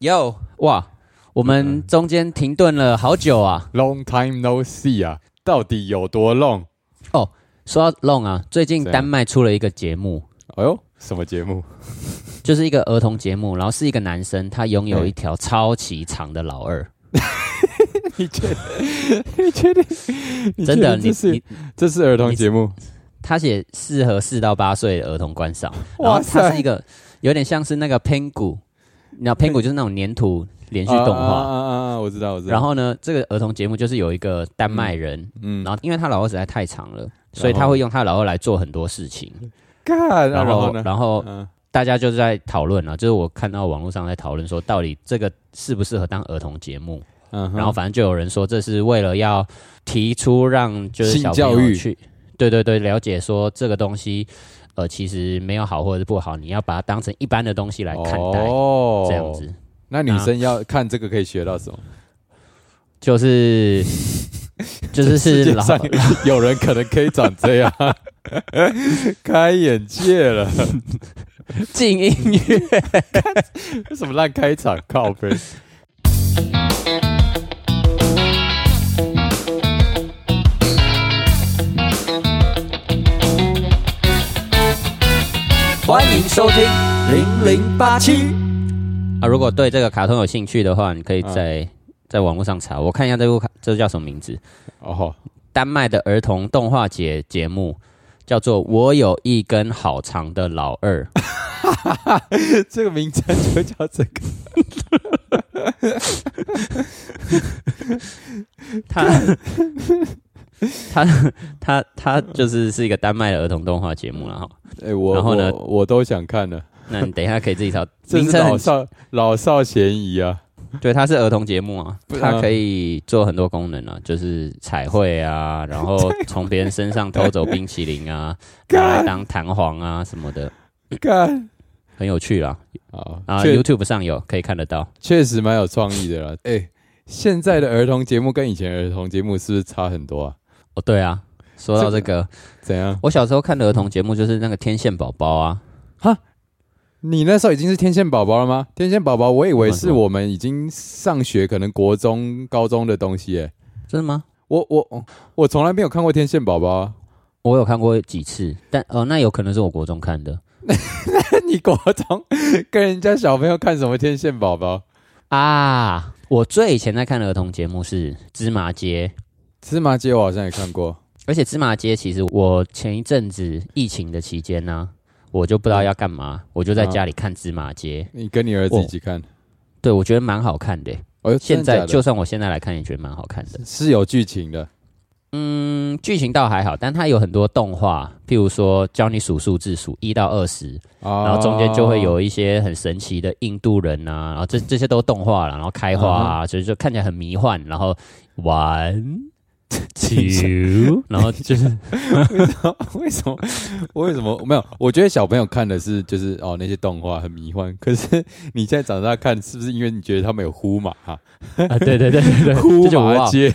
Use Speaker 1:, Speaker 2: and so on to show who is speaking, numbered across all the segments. Speaker 1: 哟，哇，我们中间停顿了好久啊。
Speaker 2: Long time no see 啊，到底有多 long？
Speaker 1: 说到 long 啊，最近
Speaker 2: 怎样
Speaker 1: 丹麦出了一个节目，
Speaker 2: 哎呦，什么节目？
Speaker 1: 就是一个儿童节目，然后是一个男生，他拥有
Speaker 2: 嗯
Speaker 1: 一条超级长的老二，
Speaker 2: 你确定？你确定？ 你
Speaker 1: 真的，
Speaker 2: 确定
Speaker 1: 你
Speaker 2: 这是
Speaker 1: 你
Speaker 2: 这是儿童节目？
Speaker 1: 他写适合四到八岁的儿童观赏，然后
Speaker 2: 哇
Speaker 1: 它
Speaker 2: 塞
Speaker 1: 是一个有点像是那个 pengu，那 pengu 就是那种粘土连续动
Speaker 2: 啊
Speaker 1: 画。
Speaker 2: 啊啊啊！我知道，我知道。
Speaker 1: 然后呢，这个儿童节目就是有一个丹麦人，
Speaker 2: 嗯，
Speaker 1: 然后因为他老二实在太长了，所以他会用他老二来做很多事情。
Speaker 2: 干，然后呢？
Speaker 1: 然后
Speaker 2: 嗯，
Speaker 1: 大家就在讨论啊了，就是我看到网络上在讨论说，到底这个适不适合当儿童节目？
Speaker 2: 嗯哼
Speaker 1: 然后反正就有人说，这是为了要提出让就是小朋
Speaker 2: 性教
Speaker 1: 友
Speaker 2: 育
Speaker 1: 去，对对对，了解说这个东西，呃，其实没有好或者是不好，你要把它当成一般的东西来看待，
Speaker 2: 哦
Speaker 1: 这样。子
Speaker 2: 那女生要看这个可以学到什么？
Speaker 1: 就是 就是
Speaker 2: 世
Speaker 1: 是
Speaker 2: 界
Speaker 1: 老
Speaker 2: 上有人可能可以长这样， 开眼界了。
Speaker 1: 进音乐。
Speaker 2: 这什么烂开场？靠背。
Speaker 1: 欢迎收听零零八七。啊，如果对这个卡通有兴趣的话，你可以在、在网络上查，我看一下这部卡这叫什么名字？
Speaker 2: 哦，
Speaker 1: 丹麦的儿童动画节节目叫做《我有一根好长的老 二》，
Speaker 2: 这个名称就叫这个。
Speaker 1: 他他他他就是是一个丹麦的儿童动画节目了哈。
Speaker 2: 哎、我
Speaker 1: 然后呢
Speaker 2: 我我都想看了。
Speaker 1: 那你等一下可以自己查
Speaker 2: 这
Speaker 1: 名
Speaker 2: 是
Speaker 1: 称
Speaker 2: 老
Speaker 1: 很，
Speaker 2: 少老少咸宜啊！
Speaker 1: 对，它是儿童节目啊，
Speaker 2: 不嗯
Speaker 1: 它可以做很多功能啊，就是彩绘 啊，然后从别人身上偷走冰淇淋啊，拿来当弹簧啊什么的，
Speaker 2: 看
Speaker 1: 很有趣啦。
Speaker 2: 啊，
Speaker 1: 啊
Speaker 2: 确
Speaker 1: ，YouTube 上有可以看得到。
Speaker 2: 确实蛮有创意的啦。哎、现在的儿童节目跟以前儿童节目是不是差很多啊？
Speaker 1: 哦，对啊，说到这个，
Speaker 2: 怎样？
Speaker 1: 我小时候看的儿童节目就是那个天线宝宝啊，
Speaker 2: 你那时候已经是天线宝宝了吗？天线宝宝，我以为
Speaker 1: 什
Speaker 2: 是
Speaker 1: 么
Speaker 2: 我们已经上学，可能国中、高中的东西、哎，
Speaker 1: 真的吗？
Speaker 2: 我我我从来没有看过天线宝宝、啊。
Speaker 1: 我有看过几次，但哦，那有可能是我国中看的
Speaker 2: 你国中跟人家小朋友看什么天线宝宝？
Speaker 1: 啊。我最以前在看的儿童节目是《芝麻街》，
Speaker 2: 芝麻街我好像也看过。
Speaker 1: 而且《芝麻街》其实我前一阵子疫情的期间呢、我就不
Speaker 2: 嗯
Speaker 1: 知道要干嘛，我就在家里看《芝麻街》
Speaker 2: 你跟你儿子一起看？
Speaker 1: 对我觉得蛮好看的。
Speaker 2: 哦，
Speaker 1: 现
Speaker 2: 真的假
Speaker 1: 在
Speaker 2: 的
Speaker 1: 就算我现在来看，也觉得蛮好看的。
Speaker 2: 是有剧情的。
Speaker 1: 嗯，剧情倒还好，但它有很多动画，譬如说教你数数字，数一到二十，
Speaker 2: 哦
Speaker 1: 然后中间就会有一些很神奇的印度人啊，然后这这些都动画了，然后开花
Speaker 2: 嗯
Speaker 1: 啊，所以就看起来很迷幻。然后 one two，然后 就是
Speaker 2: 为什么？为什么没有？我觉得小朋友看的是就是哦那些动画很迷幻，可是你现在长大看，是不是因为你觉得他们有 呼马、
Speaker 1: 啊，对对对对对，
Speaker 2: 呼
Speaker 1: 这就
Speaker 2: 马
Speaker 1: 哇，
Speaker 2: 街？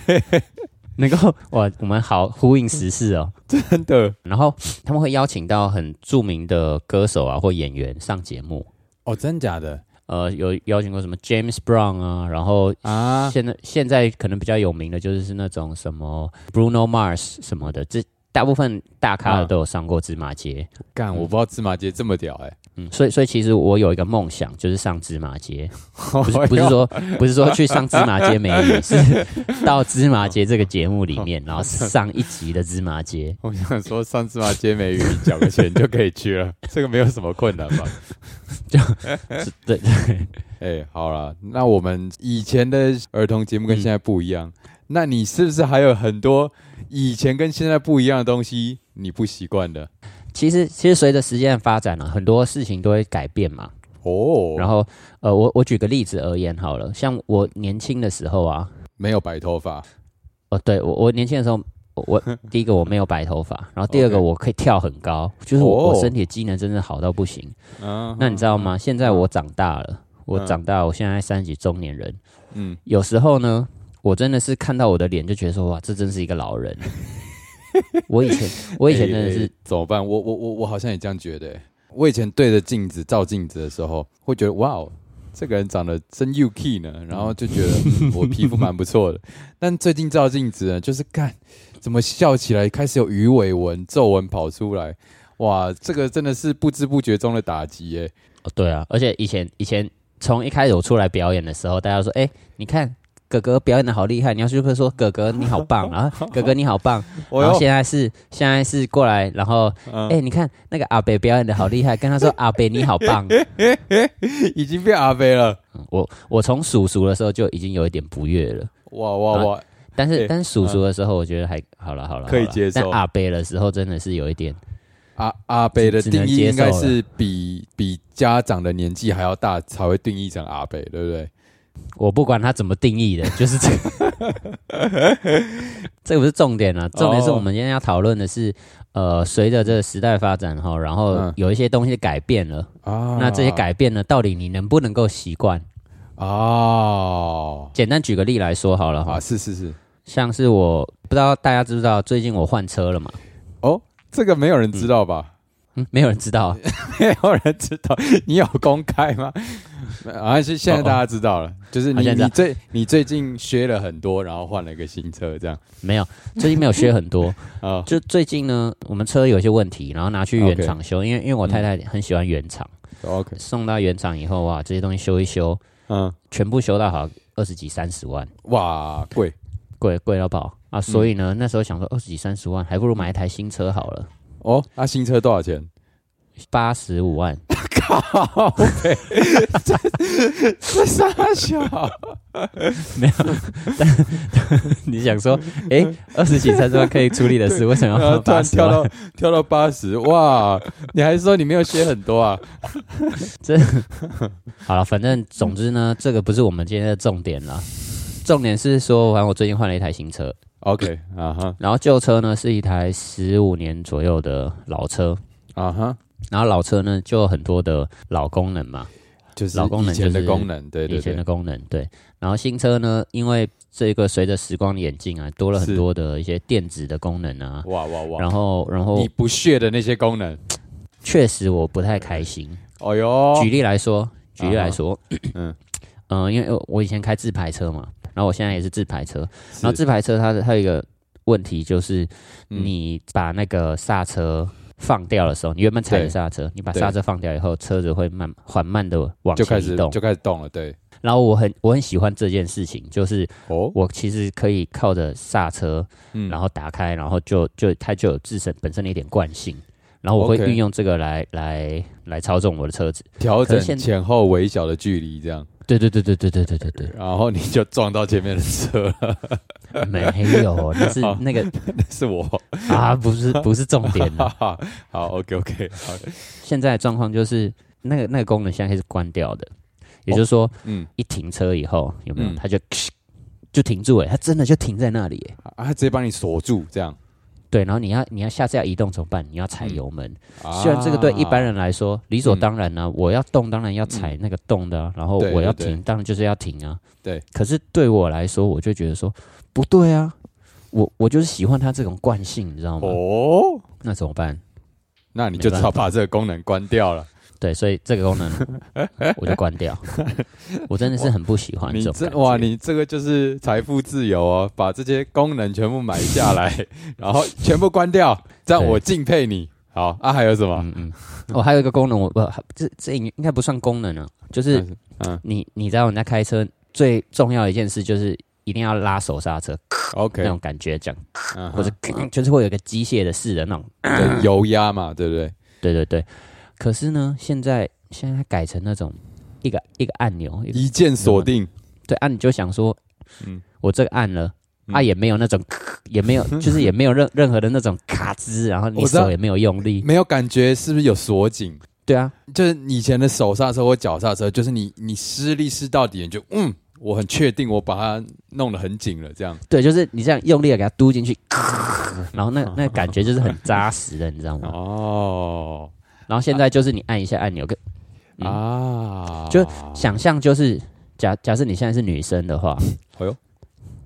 Speaker 1: 能够 哇，我们好呼应时事哦。
Speaker 2: 真的
Speaker 1: 然后他们会邀请到很著名的歌手啊或演员上节目，
Speaker 2: 哦，真假的
Speaker 1: 呃，有邀请过什么 James Brown 啊，然后
Speaker 2: 啊？
Speaker 1: 现在现在可能比较有名的就是那种什么 Bruno Mars 什么的，这大部分大咖的
Speaker 2: 嗯
Speaker 1: 都有上过芝麻街。
Speaker 2: 干，我不知道芝麻街这么屌哎、
Speaker 1: 嗯，所以所以其实我有一个梦想，就是上芝麻街， 不是不是
Speaker 2: 哎呦
Speaker 1: 说不是说去上芝麻街美女，是到芝麻街这个节目里面，然后上一集的芝麻街。
Speaker 2: 我想说上芝麻街美语缴个钱就可以去 了，这个没有什么困难吧？
Speaker 1: 是对，
Speaker 2: 哎、好啦，那我们以前的儿童节目跟
Speaker 1: 嗯
Speaker 2: 现在不一样，那你是不是还有很多以前跟现在不一样的东西你不习惯的？
Speaker 1: 其实其实随着时间的发展呢、啊，很多事情都会改变嘛。
Speaker 2: 哦，
Speaker 1: 然后呃，我我举个例子而言好了，像我年轻的时候啊，
Speaker 2: 没有白头发，
Speaker 1: 哦，对我我年轻的时候，我 我第一个我没有白头发，然后第二个
Speaker 2: OK
Speaker 1: 我可以跳很高，就是我、
Speaker 2: 哦
Speaker 1: 我身体的机能真的好到不行。
Speaker 2: 嗯
Speaker 1: 那你知道吗？现在我长大了，我
Speaker 2: 嗯
Speaker 1: 长大了，我现在三十几中年人，
Speaker 2: 嗯，
Speaker 1: 有时候呢，我真的是看到我的脸就觉得说，哇，这真是一个老 人。我以前我以前真的
Speaker 2: 哎
Speaker 1: 是
Speaker 2: 哎怎么办？我我我我好像也这样觉得、哎我以前对着镜子照镜子的时候，会觉得哇哦，这个人长得真 U K 呢，然后就觉得、嗯我皮肤蛮不错的。但最近照镜子呢，就是看怎么笑起来开始有鱼尾纹、皱纹跑出来，哇，这个真的是不知不觉中的打击耶。
Speaker 1: 哦，对啊，而且以前以前从一开始我出来表演的时候，大家说，哎，你看哥哥表演的好厉害，你要去会说哥哥你好棒， 然后哥哥你好棒，
Speaker 2: 我
Speaker 1: 然后
Speaker 2: 要
Speaker 1: 现在是现在是过来，然后
Speaker 2: 嗯
Speaker 1: 哎、你看那个阿北表演的好厉害，跟他说阿北你好 棒。
Speaker 2: 已经变阿飞了，
Speaker 1: 我我从叔叔的时候就已经有一点不悦了，
Speaker 2: 哇哇哇！
Speaker 1: 但是、
Speaker 2: 哎
Speaker 1: 但是叔叔的时候我觉得还好了好了，
Speaker 2: 可以
Speaker 1: 好啦
Speaker 2: 接受
Speaker 1: 但阿北的时候真的是有一点，
Speaker 2: 阿啊阿北的
Speaker 1: 只只
Speaker 2: 定
Speaker 1: 能
Speaker 2: 义
Speaker 1: 接
Speaker 2: 应该
Speaker 1: 受了
Speaker 2: 是比比家长的年纪还要大才会定义成阿北，对不对？
Speaker 1: 我不管他怎么定义的， 就是这个， 这个不是重点
Speaker 2: 哦
Speaker 1: 啊，重点是我们今天要讨论的是，呃，随着这个时代发展哈，然后
Speaker 2: 嗯
Speaker 1: 有一些东西改变了，
Speaker 2: 啊，
Speaker 1: 那这些改变呢，到底你能不能够习惯？
Speaker 2: 哦
Speaker 1: 简单举个例来说好了哈
Speaker 2: 啊，，是是是，
Speaker 1: 像是我不知道大家知不知道，最近我换车了嘛？
Speaker 2: 哦，这个没有人知道吧？
Speaker 1: 嗯，没有人知道啊，
Speaker 2: 没有人知道，你有公开吗？ 啊，是现在大家知道了，就是
Speaker 1: 哦好
Speaker 2: 你
Speaker 1: 现在知道
Speaker 2: 你最你最近削了很多，然后换了一个新车，这样
Speaker 1: 没有，最近没有削很多。
Speaker 2: 啊
Speaker 1: 就最近呢，我们车有一些问题，然后拿去原
Speaker 2: OK 嗯
Speaker 1: 厂修，因为因为我太太很喜欢原厂，
Speaker 2: ，OK，
Speaker 1: 送到原厂以后哇，这些东西修一修，
Speaker 2: 嗯，
Speaker 1: 全部修到好二十几三十万，
Speaker 2: 哇，贵
Speaker 1: 贵贵到爆啊！所以
Speaker 2: 嗯
Speaker 1: 呢，那时候想说二十几三十万，还不如买一台新车好了，
Speaker 2: 哦，那新车多 少钱？
Speaker 1: 八十五 万。
Speaker 2: 靠北，这这傻小。
Speaker 1: 你想 说，哎、二十几三十万可以处理的事，为什么
Speaker 2: 然后
Speaker 1: 要
Speaker 2: 突然
Speaker 1: 八十
Speaker 2: 跳
Speaker 1: 万？
Speaker 2: 到跳到八十，哇！你还说你没有写很多啊？
Speaker 1: 好了，反正总之呢，这个不是我们今天的重点了。重点是说，反正我最近换了一台新车，
Speaker 2: OK，啊哈，
Speaker 1: 然后旧车呢是一台十五年左右的老车，
Speaker 2: 啊哈，
Speaker 1: 然后老车呢就有很多的老功能嘛，
Speaker 2: 就是
Speaker 1: 老功能
Speaker 2: 以前的
Speaker 1: 就是
Speaker 2: 功能，对对
Speaker 1: 以前的
Speaker 2: 对，
Speaker 1: 功能对。然后新车呢，因为这个随着时光的演进啊，多了很
Speaker 2: 是
Speaker 1: 多的一些电子的功能啊，
Speaker 2: 哇哇哇！
Speaker 1: 然后然后
Speaker 2: 你不屑的那些功能，
Speaker 1: 确实我不太开心。
Speaker 2: 哦哟
Speaker 1: 举，例来说，举例来说，
Speaker 2: 嗯
Speaker 1: 嗯嗯、因为我以前开自排车嘛，然后我现在也是自排车，然后
Speaker 2: 是
Speaker 1: 自排车它的它有一个问题就是，
Speaker 2: 嗯
Speaker 1: 你把那个刹车放掉的时候，你原本踩着
Speaker 2: 对
Speaker 1: 刹车，你把
Speaker 2: 对
Speaker 1: 刹车放掉以后，车子会慢缓慢的往
Speaker 2: 就开
Speaker 1: 前移
Speaker 2: 始
Speaker 1: 动。
Speaker 2: 就开始动了，对，
Speaker 1: 然后我很我很喜欢这件事情，就是
Speaker 2: 哦，
Speaker 1: 我其实可以靠着刹车，
Speaker 2: 嗯
Speaker 1: 然后打开，然后就就它就有自身本身的一点惯性。然后我会
Speaker 2: OK
Speaker 1: 运用这个来来来操纵我的车子。
Speaker 2: 调
Speaker 1: 可
Speaker 2: 整
Speaker 1: 是现
Speaker 2: 前后微小的距离，这样，
Speaker 1: 对对对对对对对对对，
Speaker 2: 然后你就撞到前面 的车了，
Speaker 1: 没有，那是
Speaker 2: 好
Speaker 1: 那个
Speaker 2: 那是我，
Speaker 1: 啊，不是不是重点啊
Speaker 2: 哈。哈， 好，OK OK，好，
Speaker 1: 现在的状况就是那个那个功能现在是关掉的，也就是说、
Speaker 2: 嗯，
Speaker 1: 一停车以后有没有
Speaker 2: 嗯
Speaker 1: 它就就停住哎，它真的就停在那里哎。
Speaker 2: 啊，他直接帮你锁住，这样，
Speaker 1: 对，然后你要你要下次要移动怎么办？你要踩
Speaker 2: 嗯
Speaker 1: 油门。
Speaker 2: 啊嗯
Speaker 1: 虽然这个对一般人来说理所当然呢、啊我要动当然要踩那个动的、啊，然后
Speaker 2: 对
Speaker 1: 我要
Speaker 2: 对
Speaker 1: 停
Speaker 2: 对
Speaker 1: 当然就是要停啊。
Speaker 2: 对。
Speaker 1: 可是对我来说，我就觉得说不对啊，我我就是喜欢它这种惯性，你知道吗？
Speaker 2: 哦，
Speaker 1: 那怎么办？
Speaker 2: 那你就
Speaker 1: 没
Speaker 2: 只
Speaker 1: 办
Speaker 2: 好把这个功能关掉了。
Speaker 1: 对，所以这个 功能我就关掉。我真的是很不喜欢
Speaker 2: 你
Speaker 1: 这种
Speaker 2: 这
Speaker 1: 感觉
Speaker 2: 哇，你这个就是财富自由哦，把这些功能全部买下来，然后全部关掉，这样
Speaker 1: 对
Speaker 2: 我敬佩你。好啊，还有什么？
Speaker 1: 嗯嗯，哦，还有一个功能，我不这这应应该不算功能啊，就是
Speaker 2: 嗯
Speaker 1: 你你知道人家开车最重要的一件事就是一定要拉手刹车那
Speaker 2: ，OK，
Speaker 1: 种感觉，这样
Speaker 2: 嗯
Speaker 1: 或者就是会有一个机械的式的那种，
Speaker 2: 对油压嘛，对不对？
Speaker 1: 对对对。可是呢，现在现在改成那种一个一个按钮，一个
Speaker 2: 一键锁定，
Speaker 1: 对，按、你就想说，
Speaker 2: 嗯
Speaker 1: 嗯，我这个按了。啊，
Speaker 2: 嗯
Speaker 1: 也没有那种，也 没有，就是也没有任任何的那种咔吱，然后你
Speaker 2: 我知道嗯
Speaker 1: 手也没有用力，
Speaker 2: 没有感觉是不是有锁紧？
Speaker 1: 对啊，
Speaker 2: 就是以前的手刹车或脚刹车，就是你你施力施到底，你就嗯，我很确定我把它弄得很紧了，这样。
Speaker 1: 对，就是你这样用力的给它嘟进去，
Speaker 2: 嗯
Speaker 1: 然后那那个感觉就是很扎实的，你知道吗？
Speaker 2: 哦
Speaker 1: 然后现在就是你按一下按钮，跟嗯
Speaker 2: 啊，
Speaker 1: 就想象就是假假设你现在是女生的话，
Speaker 2: 哎呦，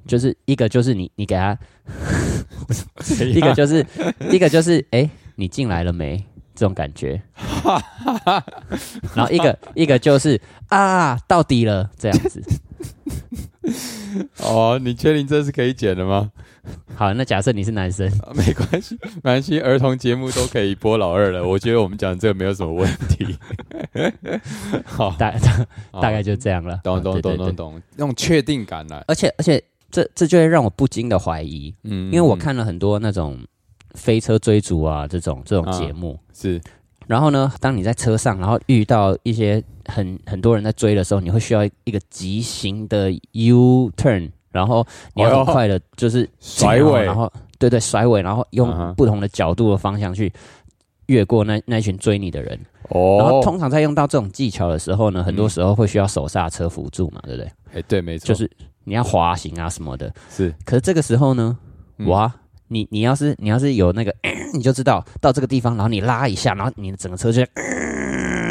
Speaker 1: 就是一个就是你你给她，
Speaker 2: 一
Speaker 1: 一个就是一个就是哎、你进来了没？这种感觉。然后一个一个就是啊，到底了这样子。
Speaker 2: 哦，你确定这是可以剪的吗？
Speaker 1: 好，那假设你是男生，
Speaker 2: 啊没关系，没关系，儿童节目都可以播老二了。我觉得我们讲这个没有什么问题。好，
Speaker 1: 大大
Speaker 2: 好
Speaker 1: 大概就这样了。
Speaker 2: 哦
Speaker 1: 啊
Speaker 2: 懂
Speaker 1: 对
Speaker 2: 懂
Speaker 1: 对
Speaker 2: 懂
Speaker 1: 对
Speaker 2: 懂懂，那种确定感来。
Speaker 1: 而且而且这这就会让我不禁的怀疑，
Speaker 2: 嗯
Speaker 1: 因为我
Speaker 2: 嗯
Speaker 1: 看了很多那种飞车追逐啊这种这种
Speaker 2: 啊
Speaker 1: 节目，
Speaker 2: 是
Speaker 1: 然后呢，当你在车上，然后遇到一些很很多人在追的时候，你会需要一个急行的 U turn，然后你要
Speaker 2: 哎呦
Speaker 1: 很快的，就是
Speaker 2: 甩
Speaker 1: 进
Speaker 2: 尾
Speaker 1: 啊然后对对甩尾，然后
Speaker 2: 嗯哼
Speaker 1: 用不同的角度的方向去。越过那那一群追你的人，然后
Speaker 2: 哦，
Speaker 1: 通常在用到这种技巧的时候呢，很多时候会需要手刹车辅助嘛，对不对？
Speaker 2: 哎，对，没错，
Speaker 1: 就是你要滑行啊什么的，
Speaker 2: 是
Speaker 1: 可是这个时候呢，
Speaker 2: 嗯
Speaker 1: 哇，你你要是你要是有那个， 你就知道到这个地方，然后你拉一下，然后你的整个车就，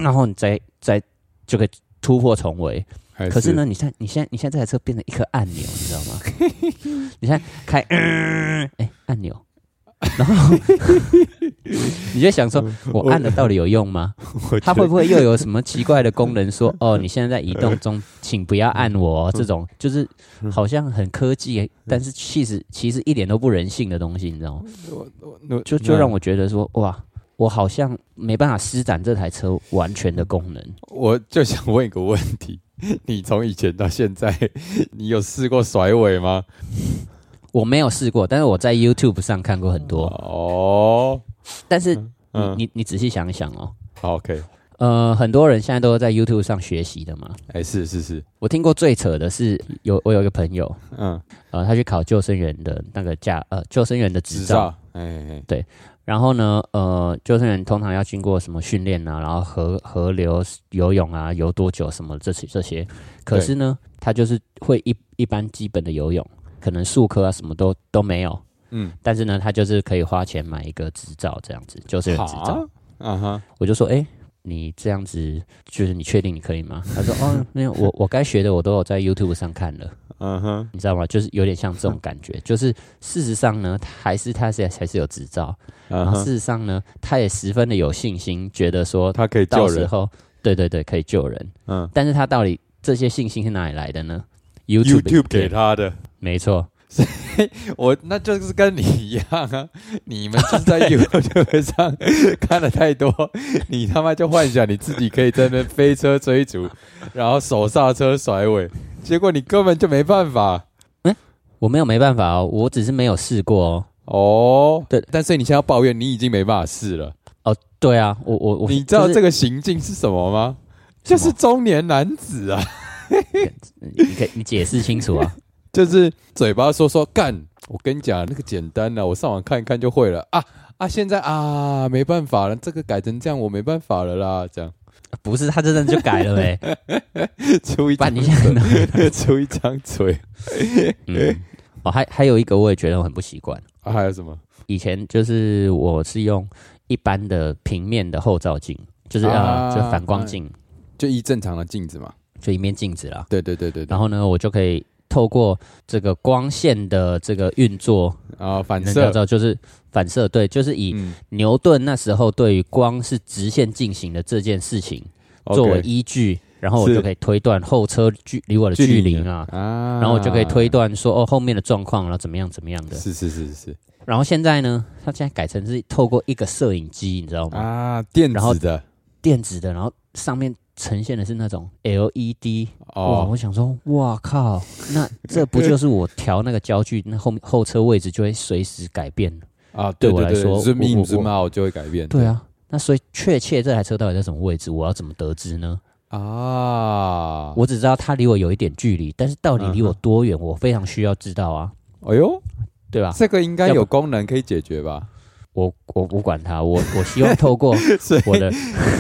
Speaker 1: 然后你再再就可以突破重围。
Speaker 2: 哎
Speaker 1: 可是呢，你现在你现在你现在这台车变成一颗按钮，你知道 吗？你现在开，哎、按 钮。然后 你就想说，我按了到底有用 吗？它会不会又有什么奇怪的功能 说，哦，你现在在移动中，请不要按我哦、这种，就是好像很科技，但是其实其实一点都不人性的东西，你知道吗？
Speaker 2: 那
Speaker 1: 就就让
Speaker 2: 那
Speaker 1: 我觉得说，哇，我好像没办法施展这台车完全的功能。
Speaker 2: 我就想问一个问题：你从以前到现在，你有试过甩尾吗？
Speaker 1: 我没有试过，但是我在 YouTube 上看过很多。
Speaker 2: 哦，
Speaker 1: 但是你、
Speaker 2: 嗯
Speaker 1: 你你仔细想一想哦，
Speaker 2: 好，OK，
Speaker 1: 呃，很多人现在都在 YouTube 上学习的嘛。
Speaker 2: 哎，是是是，
Speaker 1: 我听过最扯的是，有我有一个朋友，
Speaker 2: 嗯，
Speaker 1: 呃，他去考救生员的那个驾呃救生员的执
Speaker 2: 执
Speaker 1: 照，
Speaker 2: 照，哎哎，
Speaker 1: 然后呢，呃，救生员通常要经过什么训练啊，然后河河流游泳啊，游多久什么这些这些。可是呢，他就是会一一般基本的游泳，可能术科啊什么都都没有。
Speaker 2: 嗯，
Speaker 1: 但是呢，他就是可以花钱买一个执照，这样子救生员执照。
Speaker 2: 好，啊哈，
Speaker 1: 我就说，哎、你这样子，就是你确定你可以吗？他说，哦，没有，我我该学的我都有在 YouTube 上看了，
Speaker 2: 嗯哼，
Speaker 1: 你知道吗？就是有点像这种感觉。就是事实上呢，他还是他是还是有执照，然
Speaker 2: 嗯
Speaker 1: 后事
Speaker 2: 哼，
Speaker 1: 实上呢，他也十分的有信心，觉得说
Speaker 2: 他可以
Speaker 1: 到
Speaker 2: 救
Speaker 1: 时
Speaker 2: 人，
Speaker 1: 候，对对对，可以救人。
Speaker 2: 嗯
Speaker 1: 但是他到底这些信心是哪里来的呢？YouTube
Speaker 2: ，YouTube 给
Speaker 1: 他，
Speaker 2: 他的，
Speaker 1: 没错，
Speaker 2: 我那就是跟你一样啊，你们就是在 YouTube 上看的太多， 你他妈就幻想你自己可以在那边飞车追逐，然后手刹车甩尾，结果你根本就没办法
Speaker 1: 我没有没办法哦，我只是没有试过哦。
Speaker 2: 哦。
Speaker 1: 对
Speaker 2: 但是你现在要抱怨，你已经没办法试了。
Speaker 1: 哦，对啊，我我我，
Speaker 2: 你知道
Speaker 1: 就是
Speaker 2: 这个行径是什么吗？
Speaker 1: 什
Speaker 2: 就
Speaker 1: 么
Speaker 2: 是中年男子啊，
Speaker 1: 你可以你解释清楚啊。
Speaker 2: 就是嘴巴说说干。我跟你讲，那个简单啊了、我上网看一看就会了啊啊！现在啊，没办法了，这个改成这样，我没办法了啦，这样。
Speaker 1: 不是，他真的就改了呗。
Speaker 2: 出一
Speaker 1: 把
Speaker 2: 张
Speaker 1: 你想到，
Speaker 2: 嘴， 出一张嘴。
Speaker 1: 嗯，哦，还还有一个我也觉得我很不习惯。
Speaker 2: 啊、还有什么？
Speaker 1: 以前就是我是用一般的平面的后照镜，就是
Speaker 2: 啊嗯
Speaker 1: 呃，就反光镜，
Speaker 2: 就一正常的镜子嘛。
Speaker 1: 就一面镜子啦。
Speaker 2: 对对对对对。
Speaker 1: 然后呢，我就可以透过这个光线的这个运作，
Speaker 2: 啊，反
Speaker 1: 能叫
Speaker 2: 射。
Speaker 1: 做就是反射，对，就是以
Speaker 2: 嗯，
Speaker 1: 牛顿那时候对于光是直线进行的这件事情作为
Speaker 2: OK
Speaker 1: 依据，然后我
Speaker 2: 是
Speaker 1: 就可以推断后车距离我的距离啊，
Speaker 2: 啊，
Speaker 1: 然后我就可以推。断说哦后面的状况，然后怎么样怎么样的。
Speaker 2: 是是是是
Speaker 1: 然后现在呢，它现在改成是透过一个摄影机，你知道吗？
Speaker 2: 啊，电
Speaker 1: 然后
Speaker 2: 子的
Speaker 1: 电子的，然后上面呈现的是那种 LED。哇，
Speaker 2: 哦
Speaker 1: 我想说，哇靠，那这不就是我调那个焦距，那后面后车位置就会随时改变了？
Speaker 2: 啊，
Speaker 1: 对
Speaker 2: 对
Speaker 1: 我来
Speaker 2: 对
Speaker 1: 说
Speaker 2: ，zoom
Speaker 1: 我
Speaker 2: in
Speaker 1: 我
Speaker 2: zoom out 就会改变。
Speaker 1: 对啊，那所以确切这台车到底在什么位置，我要怎么得知呢？
Speaker 2: 啊，
Speaker 1: 我只知道它离我有一点距离，但是到底离
Speaker 2: 嗯哼
Speaker 1: 我多远，我非常需要知道 啊，
Speaker 2: 哎呦，
Speaker 1: 对吧？
Speaker 2: 这个应该
Speaker 1: 啊要不
Speaker 2: 有功能可以解决吧？
Speaker 1: 我我不管它，我我希望透过
Speaker 2: 所以
Speaker 1: 我的，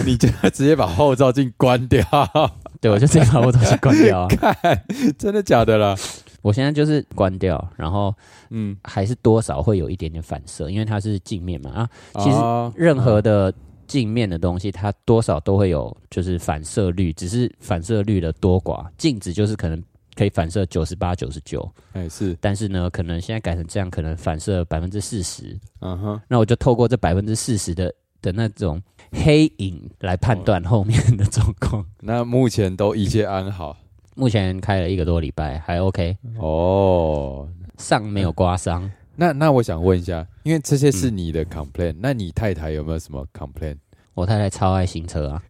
Speaker 2: 你就直接把后照镜关掉，
Speaker 1: 对我就直接把我东西关掉啊！
Speaker 2: 看真的假的啦？
Speaker 1: 我现在就是关掉，然后
Speaker 2: 嗯，
Speaker 1: 还是多少会有一点点反射，因为它是镜面嘛啊，其实
Speaker 2: 啊
Speaker 1: 任何的镜面的东西，它多少都会有就是反射率，只是反射率的多寡。镜子就是可能可以反射九十八、九十九，
Speaker 2: 哎是，
Speaker 1: 但是呢，可能现在改成这样，可能反射百分之四十。
Speaker 2: 嗯哼，
Speaker 1: 那我就透过这百分之四十的的那种黑影来判断后面的状况。
Speaker 2: 那目前都一切安好
Speaker 1: 目前开了一个多礼拜，还 OK，
Speaker 2: 哦。
Speaker 1: 上没有刮伤。
Speaker 2: 那那我想问一下，因为这些
Speaker 1: 嗯
Speaker 2: 是你的 complain，、那你太太有没有什么 complain？
Speaker 1: 我太太超爱新车啊，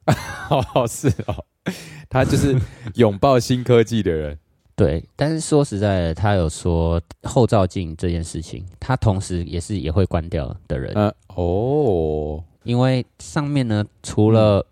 Speaker 2: 哦， 是哦，她就是 拥抱新科技的人。
Speaker 1: 对，但是说实在的，她有说后照镜这件事情，她同时也是也会关掉的人，
Speaker 2: 嗯、哦，
Speaker 1: 因为上面呢除
Speaker 2: 嗯
Speaker 1: 了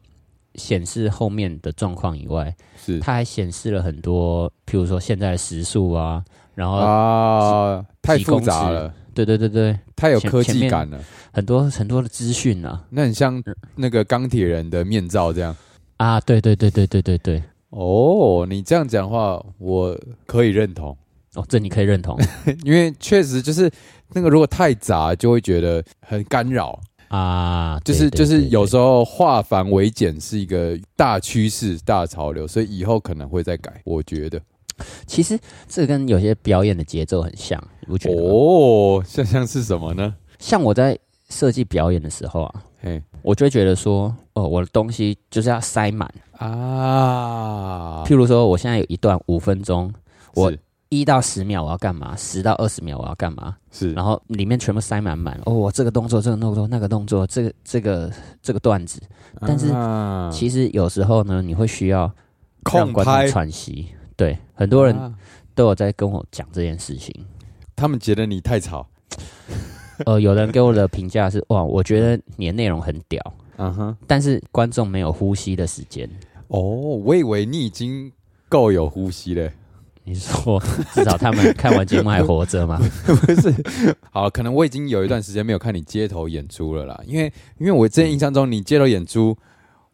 Speaker 1: 显示后面的状况以外，
Speaker 2: 是
Speaker 1: 它还显示了很多，譬如说现在的时速啊，然后
Speaker 2: 啊，太复杂了，
Speaker 1: 对对对对，
Speaker 2: 太有科技感了，
Speaker 1: 很多很多的资讯啊，
Speaker 2: 那很像那个钢铁人的面罩这样。
Speaker 1: 啊，对对对对对对对，
Speaker 2: 哦，你这样讲的话，我可以认同，
Speaker 1: 哦，这你可以认同
Speaker 2: 因为确实就是那个如果太杂，就会觉得很干扰。
Speaker 1: 啊，
Speaker 2: 就是就是有时
Speaker 1: 候
Speaker 2: 候化繁为简是一个大趋势、大潮流，所以以后可能会再改，我觉得。
Speaker 1: 其实这跟有些表演的节奏很像，你不觉得吗？
Speaker 2: 哦，像像是什么呢？
Speaker 1: 像我在设计表演的时候啊，
Speaker 2: 嘿
Speaker 1: 我就会觉得说，哦，我的东西就是要塞满。
Speaker 2: 啊，
Speaker 1: 譬如说，我现在有一段五分钟，我
Speaker 2: 是
Speaker 1: 一到十秒我要干嘛，十到二十秒我要干嘛，
Speaker 2: 是
Speaker 1: 然后里面全部塞满满。哦，我这个动作，这个动作，那个动作，这个这个这个段子。但是
Speaker 2: 啊
Speaker 1: 其实有时候呢，你会需要让
Speaker 2: 空
Speaker 1: 观
Speaker 2: 拍
Speaker 1: 众，喘息。对，很多人
Speaker 2: 啊
Speaker 1: 都有在跟我讲这件事情。
Speaker 2: 他们觉得你太吵。
Speaker 1: 呃，有人给我的评价是， 哇，我觉得你的内容很屌，
Speaker 2: 嗯哼，
Speaker 1: 但是观众没有呼吸的时间。
Speaker 2: 哦，我以为你已经够有呼吸了。
Speaker 1: 你说至少他们看完节目还活着吗？
Speaker 2: 不是，好，可能我已经有一段时间没有看你街头演出了啦，因为因为我之前印象中你街头演出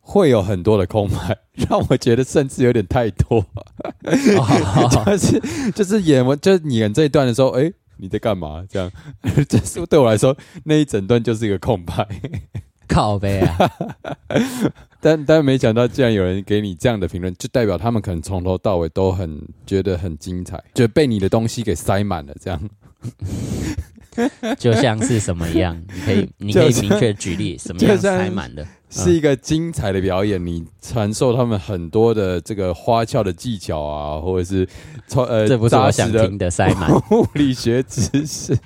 Speaker 2: 会有很多的空白， 让我觉得甚至有点太多，
Speaker 1: 哦
Speaker 2: 就是就是演完就是你演这一段的时候，哎、你在干嘛？这样， 就是对我来说那一整段就是一个空白，
Speaker 1: 靠呗啊！
Speaker 2: 但但没想到竟然有人给你这样的评论，就代表他们可能从头到尾都很觉得很精彩，就被你的东西给塞满了这样。
Speaker 1: 就像是什么一样，你可以你可
Speaker 2: 就
Speaker 1: 以
Speaker 2: 像
Speaker 1: 明确举例什么样
Speaker 2: 就像
Speaker 1: 塞满的
Speaker 2: 是一个精彩的表演，你传授他们很多的这个花俏的技巧啊，或者是从呃
Speaker 1: 这不是我
Speaker 2: 扎
Speaker 1: 想
Speaker 2: 实的
Speaker 1: 听的塞满。
Speaker 2: 物理学知识。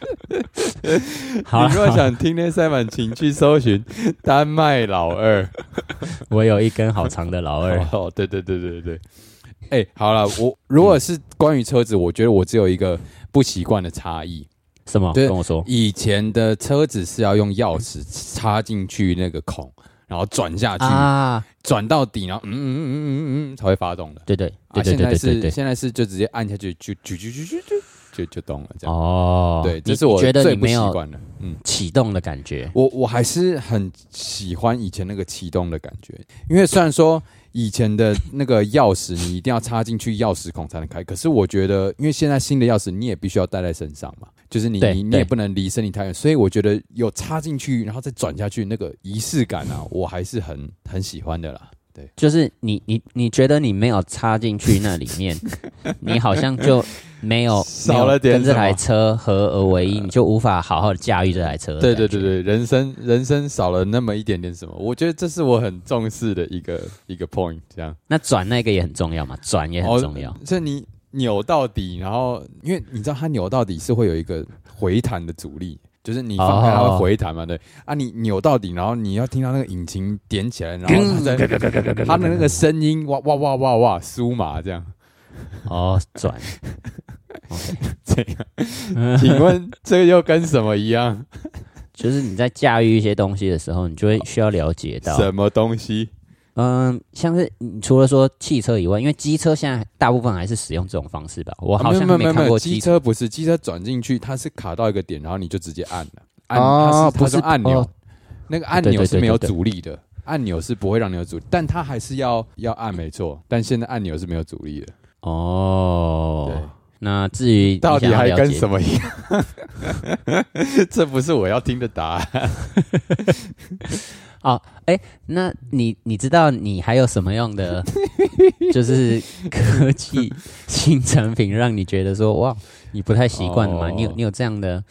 Speaker 1: 好了
Speaker 2: 你如，果想听那塞满，请去搜寻丹麦老二。
Speaker 1: 我有一根好长的老二，
Speaker 2: 哦，对对对对对。哎、好了，我如果是关于车子，我觉得我只有一个不习惯的差异。
Speaker 1: 什么？
Speaker 2: 对
Speaker 1: 跟我说
Speaker 2: 以前的车子是要用钥匙插进去那个孔，然后转下去，
Speaker 1: 啊！
Speaker 2: 转到底，然后嗯嗯嗯嗯嗯嗯才会发动的。
Speaker 1: 对对
Speaker 2: 啊，
Speaker 1: 对对
Speaker 2: 现
Speaker 1: 对
Speaker 2: 在
Speaker 1: 对对
Speaker 2: 是
Speaker 1: 对。
Speaker 2: 现在是就直接按下去，就就就就就就就就动了这样。
Speaker 1: 哦，
Speaker 2: 对，这
Speaker 1: 你
Speaker 2: 是我
Speaker 1: 你觉得
Speaker 2: 最
Speaker 1: 你
Speaker 2: 不
Speaker 1: 没
Speaker 2: 习
Speaker 1: 有
Speaker 2: 惯的。嗯，
Speaker 1: 启动的感觉
Speaker 2: 我我还是很喜欢以前那个启动的感觉，因为虽然说以前的那个钥匙你一定要插进去钥匙孔才能开，可是我觉得因为现在新的钥匙你也必须要带在身上嘛，就是你
Speaker 1: 对
Speaker 2: 你你
Speaker 1: 对
Speaker 2: 也不能离身体太远，所以我觉得有插进去然后再转下去那个仪式感啊，我还是很很喜欢的啦。
Speaker 1: 就是你你你觉得你没有插进去那里 面，你好像就没有
Speaker 2: 少了点
Speaker 1: 没有跟这台
Speaker 2: 什么
Speaker 1: 车合而为一，你就无法好好的驾驭这台车。
Speaker 2: 对对对，对，人生人生少了那么一点点什么，我觉得这是我很重视的一个一个 point。这样
Speaker 1: 那转那个也很重要嘛，转也很重要。
Speaker 2: 哦，就你扭到底，然后因为你知道它扭到底是会有一个回弹的阻力，就是你放开它
Speaker 1: 哦
Speaker 2: 会回弹嘛，对啊，你扭到底，然后你要听到那个引擎点起来，
Speaker 1: 嗯
Speaker 2: 然后它在它的那个声音哇哇哇哇哇酥 麻这样。
Speaker 1: 哦，转。OK，
Speaker 2: 这样，请问这又跟什么一样？
Speaker 1: 就是你在驾驭一些东西的时候，你就会需要了解到，
Speaker 2: 什么东西？
Speaker 1: 嗯，像是你除了说汽车以外，因为机车现在大部分还是使用这种方式吧。我
Speaker 2: 啊
Speaker 1: 哦好像
Speaker 2: 没有
Speaker 1: 没
Speaker 2: 没有没
Speaker 1: 看
Speaker 2: 有，
Speaker 1: 过
Speaker 2: 机
Speaker 1: 机车
Speaker 2: 车不是机车转进去，它是卡到一个点，然后你就直接按了，按、
Speaker 1: 哦
Speaker 2: 它是它是
Speaker 1: 不是
Speaker 2: 按钮、
Speaker 1: 哦
Speaker 2: 那个按
Speaker 1: 对对
Speaker 2: 钮
Speaker 1: 对
Speaker 2: 是没有
Speaker 1: 对对
Speaker 2: 阻力的，按钮是不会让你有阻力，但它还是要要按没错，但现在按钮是没有阻力的，对
Speaker 1: 哦。那至于你
Speaker 2: 到底
Speaker 1: 想要
Speaker 2: 还
Speaker 1: 了
Speaker 2: 跟
Speaker 1: 解
Speaker 2: 什么一样？ 这不是我要听的答案。
Speaker 1: 哦，哎，那你你知道你还有什么样 的，就是科技新产品让你觉得说哇，你不太习惯的吗？
Speaker 2: 哦
Speaker 1: 你有你有这样的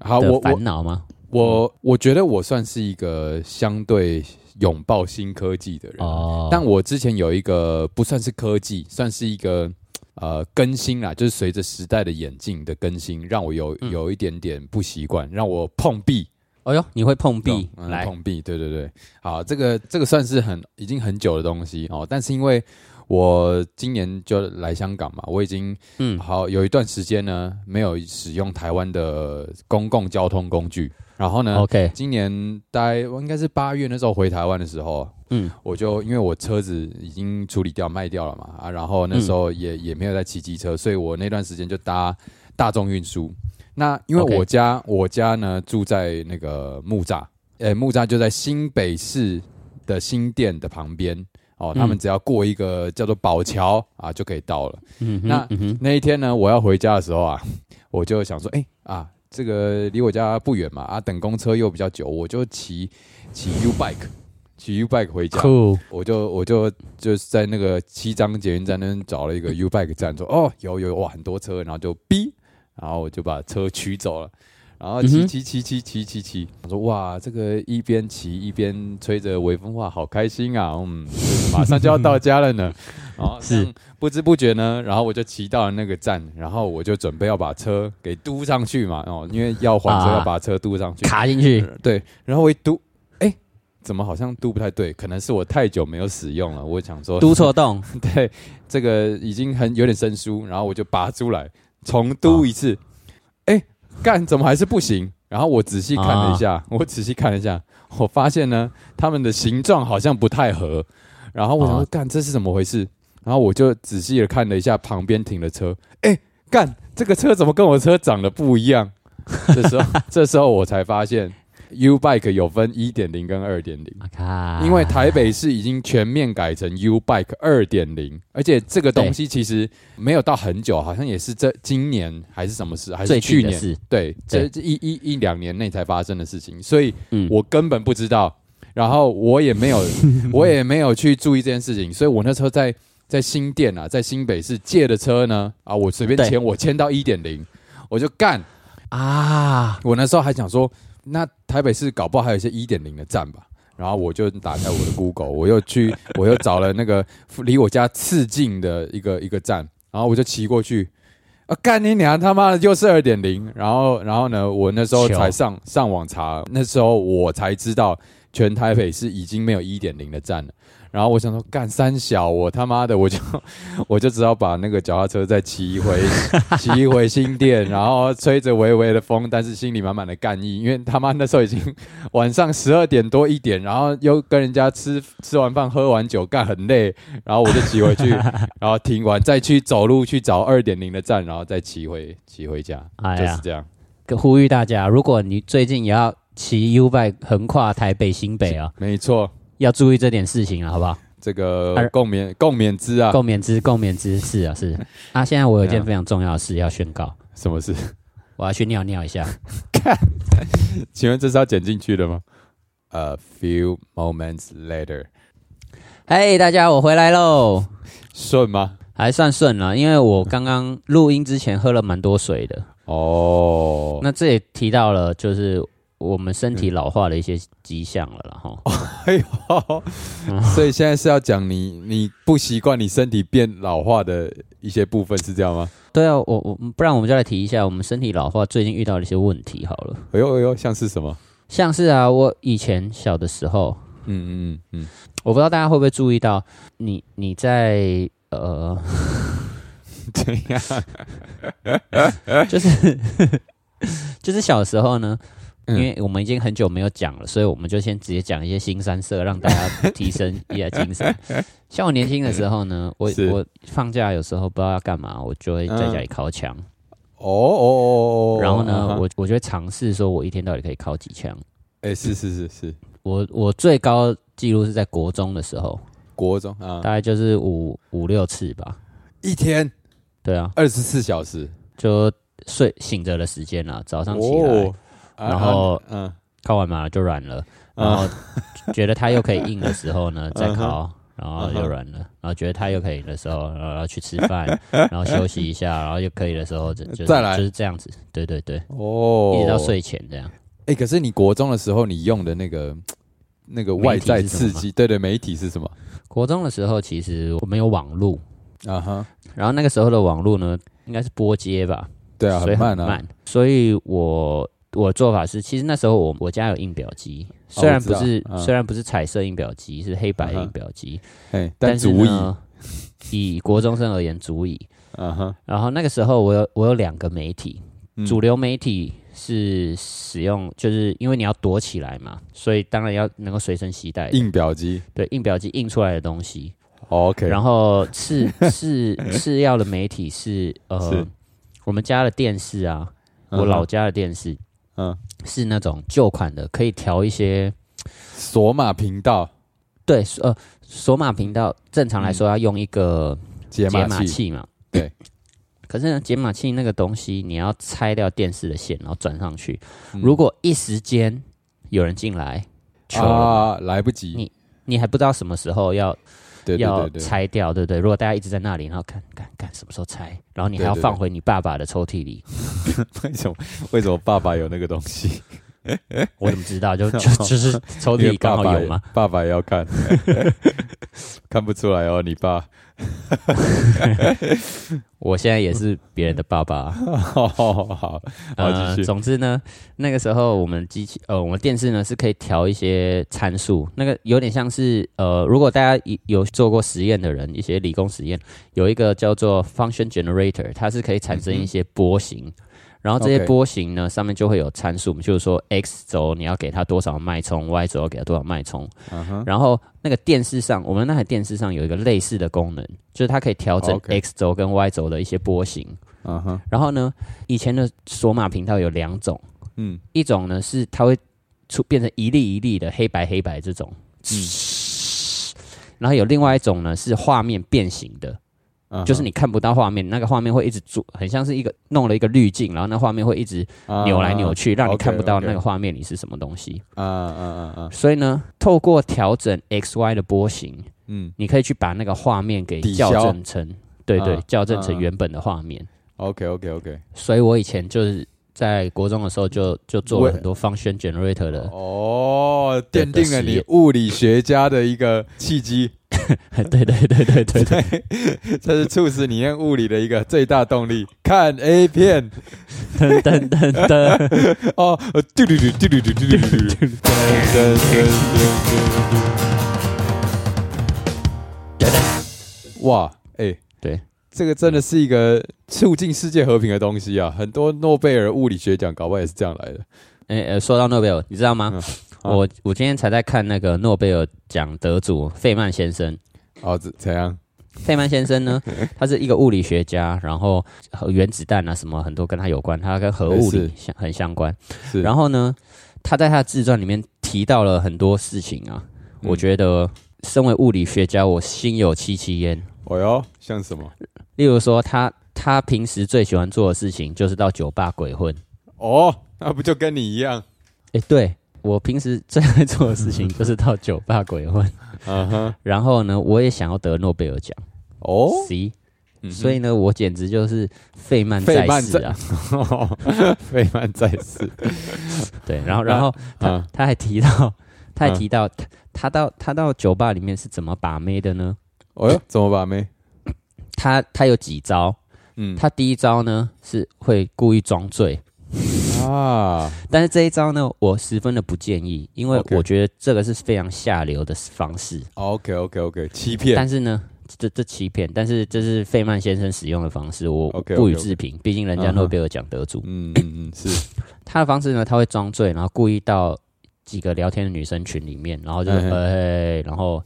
Speaker 2: 好，
Speaker 1: 的
Speaker 2: 我我
Speaker 1: 烦恼吗？
Speaker 2: 我我觉得我算是一个相对拥抱新科技的人，
Speaker 1: 哦，
Speaker 2: 但我之前有一个不算是科技，算是一个呃更新啦，就是随着时代的演进的更新，让我有
Speaker 1: 嗯
Speaker 2: 有一点点不习惯，让我碰壁。
Speaker 1: 哎呦，你会碰壁
Speaker 2: 懂，嗯
Speaker 1: 来，
Speaker 2: 碰壁，对对对，好，这个这个算是很已经很久的东西哦，但是因为我今年就来香港嘛，我已经
Speaker 1: 嗯，
Speaker 2: 好有一段时间呢没有使用台湾的公共交通工具，然后呢，
Speaker 1: OK，
Speaker 2: 今年大概我应该是八月那时候回台湾的时候，
Speaker 1: 嗯，
Speaker 2: 我就因为我车子已经处理掉卖掉了嘛啊，然后那时候
Speaker 1: 嗯
Speaker 2: 也、也没有在骑机车，所以我那段时间就搭大众运输。那因为
Speaker 1: OK
Speaker 2: 我家我家呢住在那个木栅，呃，木栅就在新北市的新店的旁边哦，他们
Speaker 1: 嗯
Speaker 2: 只要过一个叫做宝桥啊就可以到了。
Speaker 1: 嗯哼，
Speaker 2: 那
Speaker 1: 嗯哼，
Speaker 2: 那一天呢，我要回家的时候啊， 我就想说，哎、啊，这个离我家不远嘛，啊，等公车又比较久，我就骑骑 U bike，骑 U bike 回家。
Speaker 1: 酷，
Speaker 2: 我就我就就是在那个七张捷运站那边找了 一个 U bike 站，说哦有有哇很多车，然后就 B，然后我就把车取走了，然后
Speaker 1: 嗯
Speaker 2: 骑
Speaker 1: 哼
Speaker 2: 骑骑骑骑骑骑，我说哇这个一边骑一边吹着微风哇好开心啊，嗯， 马上就要到家了 呢，然后
Speaker 1: 是
Speaker 2: 这样不知不觉呢，然后我就骑到了那个站，然后我就准备要把车给嘟上去嘛，哦因为要还车
Speaker 1: 啊
Speaker 2: 要把车嘟上去，
Speaker 1: 卡进去，
Speaker 2: 对，然后我一嘟，哎，怎么好像嘟不太对？可能是我太久没有使用了。我想说，
Speaker 1: 嘟错洞，
Speaker 2: 对，这个已经很有点生疏，然后我就拔出来重嘟一次，哎、干怎么还是不行？然后我仔细看了一下，我仔细看了一下，我发现呢，它们的形状好像不太合。然后我想说，
Speaker 1: 啊
Speaker 2: 干这是怎么回事？然后我就仔细的看了一下旁边停的车，哎，干这个车怎么跟我车长得不一样？这时候，这时候我才发现，U Bike 有分一点零跟二点零。
Speaker 1: 啊卡，
Speaker 2: 因为台北市已经全面改成 U Bike 二点零，而且这个东西其实没有到很久，好像也是这今年还是什么事，还是
Speaker 1: 最
Speaker 2: 去
Speaker 1: 近的
Speaker 2: 年，
Speaker 1: 是，
Speaker 2: 对，这
Speaker 1: 对
Speaker 2: 这一一一两年内才发生的事情，所以
Speaker 1: 嗯，
Speaker 2: 我根本不知道，然后我也没有， 我也没有去注意这件事情，所以我那时候在在新店啊，在新北市借的车呢，啊，我随便
Speaker 1: 对
Speaker 2: 签，我签到一点零，我就干，
Speaker 1: 啊，
Speaker 2: 我那时候还想说，那台北市搞不好还有一些一点零的站吧。然后我就打开我的 Google，我又去，我又找了那个 离我家次近的一个一个站，然后我就骑过去。啊，干你娘！他妈的，又是二点零。然后，然后呢，我那时候
Speaker 1: 糗
Speaker 2: 才上上网查，那时候我才知道全台北市已经没有一点零的站了。然后我想说，干三小，我他妈的，我就 我就只好把那个脚踏车再骑回 骑回新店，然后吹着微微的风，但是心里满满的干意，因为他妈那时候已经晚上十二点多一点，然后又跟人家吃吃完饭喝完酒，干很累，然后我就骑回去，然后停完再去走路去找二点零的站，然后再骑回骑回家，
Speaker 1: 哎
Speaker 2: 就
Speaker 1: 呀
Speaker 2: 是这样。
Speaker 1: 呼吁大家，如果你最近也要骑 U bike 横跨台北新北啊，
Speaker 2: 没错，
Speaker 1: 要注意这点事情啊，好不好？
Speaker 2: 这个
Speaker 1: 二
Speaker 2: 共勉共勉之啊，
Speaker 1: 共勉之，共勉之，是啊， 是啊。现在我有一
Speaker 2: 对
Speaker 1: 件
Speaker 2: 啊
Speaker 1: 非常重要的事要宣告，
Speaker 2: 什么事？
Speaker 1: 我要去尿尿一下。
Speaker 2: 请问这是要剪进去的吗？A few moments later，
Speaker 1: 嘿，大家，我回来喽，
Speaker 2: 顺吗？
Speaker 1: 还算顺了，因为我刚刚录音之前喝了蛮多水的。
Speaker 2: 哦，
Speaker 1: 那这也提到了，就是我们身体老化的一些迹象了啦，哈。
Speaker 2: 哎呦，
Speaker 1: 嗯
Speaker 2: 所以现在是要讲你你不习惯你身体变老化的一些部分是这样吗？
Speaker 1: 对啊，我我不然我们就来提一下我们身体老化最近遇到的一些问题好了。
Speaker 2: 哎呦哎呦，像是什么？
Speaker 1: 像是啊，我以前小的时候，
Speaker 2: 嗯嗯嗯
Speaker 1: 我不知道大家会不会注意到，你你在呃，
Speaker 2: 嗯，这样？哎
Speaker 1: 就是就是小时候呢，因
Speaker 2: 嗯
Speaker 1: 为我们已经很久没有讲了，所以我们就先直接讲一些新三色，让大家提升一下精 神。像我年轻的时候呢，我
Speaker 2: 是嗯
Speaker 1: 我放假有时候不知道要干嘛，我就会在家里敲枪，
Speaker 2: 哦哦哦哦，
Speaker 1: 然后呢，
Speaker 2: 啊哈
Speaker 1: 我我就会尝试说我一天到底可以敲几枪。
Speaker 2: 哎是是是是，
Speaker 1: 我我最高记录是在国中的时候，
Speaker 2: 国中啊
Speaker 1: 大，概就是五五六次吧。
Speaker 2: 一天
Speaker 1: 对啊，
Speaker 2: 二十四小时，
Speaker 1: 就睡醒着的时间啦，早上起来、
Speaker 2: 哦啊
Speaker 1: 然后
Speaker 2: 嗯
Speaker 1: 敲完麻就软了，
Speaker 2: 嗯
Speaker 1: 然后觉得它又可以硬的时候 呢，再
Speaker 2: 嗯
Speaker 1: 敲
Speaker 2: 哼，
Speaker 1: 然后
Speaker 2: 嗯
Speaker 1: 又
Speaker 2: 哼
Speaker 1: 软了，然后觉得它又可以的时候，然后然后去吃饭，然后休息一下，然后又可以的时候就就是
Speaker 2: 再来
Speaker 1: 就是这样子，对对对，
Speaker 2: 哦，
Speaker 1: 一直到睡前这样。
Speaker 2: 哎、可是你国中的时候，你用的那个那个外在刺
Speaker 1: 媒体是什
Speaker 2: 激，对对，媒体是什么？
Speaker 1: 国中的时候，其实我们有网路，
Speaker 2: 啊哈，
Speaker 1: 然后那个时候的网路呢，应该是波接吧，
Speaker 2: 对啊，
Speaker 1: 所以
Speaker 2: 很慢啊，
Speaker 1: 慢，所以我我的做法是，其实那时候我我家有印表机，虽然不是、
Speaker 2: 啊我知道嗯
Speaker 1: 虽然不是彩色印表机，是黑白
Speaker 2: 嗯哼
Speaker 1: 印表机，
Speaker 2: 哎，但
Speaker 1: 但是
Speaker 2: 足以，
Speaker 1: 呢，以国中生而言足以。
Speaker 2: 啊哈，
Speaker 1: 然后那个时候我有我有两个媒体，
Speaker 2: 嗯
Speaker 1: 主流媒体是使用，就是因为你要躲起来嘛，所以当然要能够随身携带的。
Speaker 2: 印表机
Speaker 1: 对印表机印出来的东西，
Speaker 2: 哦，OK，
Speaker 1: 然后次次次要的媒体 是呃
Speaker 2: 是，
Speaker 1: 我们家的电视啊，我
Speaker 2: 嗯
Speaker 1: 老家的电视
Speaker 2: 嗯，
Speaker 1: 是那种旧款的，可以调一些
Speaker 2: 索马频道
Speaker 1: 对呃索马频道，正常来说要用一个
Speaker 2: 解
Speaker 1: 解
Speaker 2: 码
Speaker 1: 码
Speaker 2: 器，
Speaker 1: 器嘛。
Speaker 2: 对。
Speaker 1: 可是呢，解码器那个东西，你要拆掉电视的线，然后转上去。
Speaker 2: 嗯
Speaker 1: 如果一时间有人进来，糗了，
Speaker 2: 啊来不及，
Speaker 1: 呃你还不知道什么时候要
Speaker 2: 对对
Speaker 1: 要
Speaker 2: 对对，
Speaker 1: 拆掉，对不对？如果大家一直在那里，然后看看看什么时候拆，然后你还要
Speaker 2: 对对对
Speaker 1: 放回你爸爸的抽屉里，
Speaker 2: 为什么为什么爸爸有那个东 西？
Speaker 1: 我怎么知道？就 就就是抽屉
Speaker 2: 因为
Speaker 1: 里刚
Speaker 2: 爸
Speaker 1: 好
Speaker 2: 爸
Speaker 1: 有吗？？
Speaker 2: 爸爸也 要看，看不出来哦，你爸。
Speaker 1: 我现在也是别人的爸啊爸。
Speaker 2: 好好好，
Speaker 1: 呃
Speaker 2: 继，续
Speaker 1: 总之呢，那个时候我们机器呃，我们电视呢是可以调一些参数，那个有点像是呃，如果大家有有做过实验的人，一些理工实验，有一个叫做 function generator，它是可以产生一些波形。然后这些
Speaker 2: 嗯 OK
Speaker 1: 波形呢上面就会有参数，就是说 x 轴你要给它多少脉冲，y 轴要给它多少脉冲。
Speaker 2: 嗯哼，
Speaker 1: 然后那个电视上，我们那台电视上有一个类似的功能，就是它可以调整
Speaker 2: 哦 OK
Speaker 1: x 轴跟 y 轴的一些波形。
Speaker 2: 嗯哼，
Speaker 1: 然后呢，以前的索马频道有两种，
Speaker 2: 嗯，
Speaker 1: 一种呢是它会出变成一粒一粒的黑白黑白这种，
Speaker 2: 嗯
Speaker 1: 然后有另外一种呢是画面变形的，
Speaker 2: 嗯
Speaker 1: 就是你看不到画面，那个画面会一直做，很像是一个弄了一个滤镜，然后那画面会一直
Speaker 2: 哼
Speaker 1: 扭来扭去，让你
Speaker 2: OK，
Speaker 1: 看不到
Speaker 2: OK
Speaker 1: 那个画面里是什么东西。
Speaker 2: 啊啊啊啊，
Speaker 1: 所以呢，透过调整 x y 的波形，
Speaker 2: 嗯
Speaker 1: 你可以去把那个画面给
Speaker 2: 抵
Speaker 1: 校
Speaker 2: 消
Speaker 1: 正成，对对
Speaker 2: 嗯，
Speaker 1: 校正成
Speaker 2: 嗯
Speaker 1: 原本的画面。
Speaker 2: ，OK OK OK，
Speaker 1: 所以我以前就是在国中的时候就就做了很多 function generator 的，
Speaker 2: 哦，
Speaker 1: 对
Speaker 2: 奠定
Speaker 1: 的实
Speaker 2: 了你
Speaker 1: 验
Speaker 2: 物理学家的一个契机，
Speaker 1: 对对对对对对，
Speaker 2: 这是促使你念物理的一个最大动力。看 A 片，
Speaker 1: 噔噔噔 噔，
Speaker 2: 哦，呃嘟嘟嘟嘟嘟嘟嘟嘟嘟嘟，噔噔噔噔噔。哇，哎、
Speaker 1: 对，
Speaker 2: 这个真的是一个促进世界和平的东西啊！很多诺贝尔物理学奖搞不好也是这样来的。
Speaker 1: 哎、呃，说到诺贝尔，你知道吗？
Speaker 2: 嗯啊
Speaker 1: 我我今天才在看那个诺贝尔奖得主费曼先生。
Speaker 2: 哦，怎怎样？
Speaker 1: 费曼先生呢， 他是一个物理学家，然后和原子弹啊什么很多跟他有关，他跟核物
Speaker 2: 是
Speaker 1: 理相很相关。
Speaker 2: 是，
Speaker 1: 然
Speaker 2: 后
Speaker 1: 后呢，他在他的自传里面提到了很多事情啊，
Speaker 2: 嗯
Speaker 1: 我觉得身为物理学家，我心有戚戚焉。
Speaker 2: 哦哟，像什么？
Speaker 1: 例如说他。他平时最喜欢做的事情就是到酒吧鬼混。
Speaker 2: 哦，那不就跟你一样？
Speaker 1: 诶，对我平时最爱做的事情就是到酒吧鬼混。
Speaker 2: 嗯哼，
Speaker 1: 然后呢，我也想要得诺贝尔奖。
Speaker 2: 哦，
Speaker 1: C，
Speaker 2: 嗯哼
Speaker 1: 所以呢，我简直就是费曼
Speaker 2: 费
Speaker 1: 在
Speaker 2: 曼
Speaker 1: 世啊。
Speaker 2: 费曼在世
Speaker 1: 对，然后然后
Speaker 2: 啊，
Speaker 1: 他还提 到，他还
Speaker 2: 嗯
Speaker 1: 提到他他到他到酒吧里面是怎么把妹的呢？
Speaker 2: 哦哟，怎么把妹？
Speaker 1: 他他有几招？
Speaker 2: 嗯，
Speaker 1: 他第一招呢是会故意装醉，
Speaker 2: 啊，
Speaker 1: 但是这一招呢，我十分的不建议，因为
Speaker 2: OK
Speaker 1: 我觉得这个是非常下流的方式。
Speaker 2: OK OK OK，欺骗
Speaker 1: 但是呢，这这欺骗，但是这是费曼先生使用的方式，我
Speaker 2: OK，OK，OK
Speaker 1: 不予置评。毕竟人家
Speaker 2: 嗯哼
Speaker 1: 诺贝尔奖得主，
Speaker 2: 嗯嗯嗯，是
Speaker 1: 他的方式呢，他会装醉，然后故意到几个聊天的女生群里面，然后就
Speaker 2: 嗯哼
Speaker 1: 呃，然后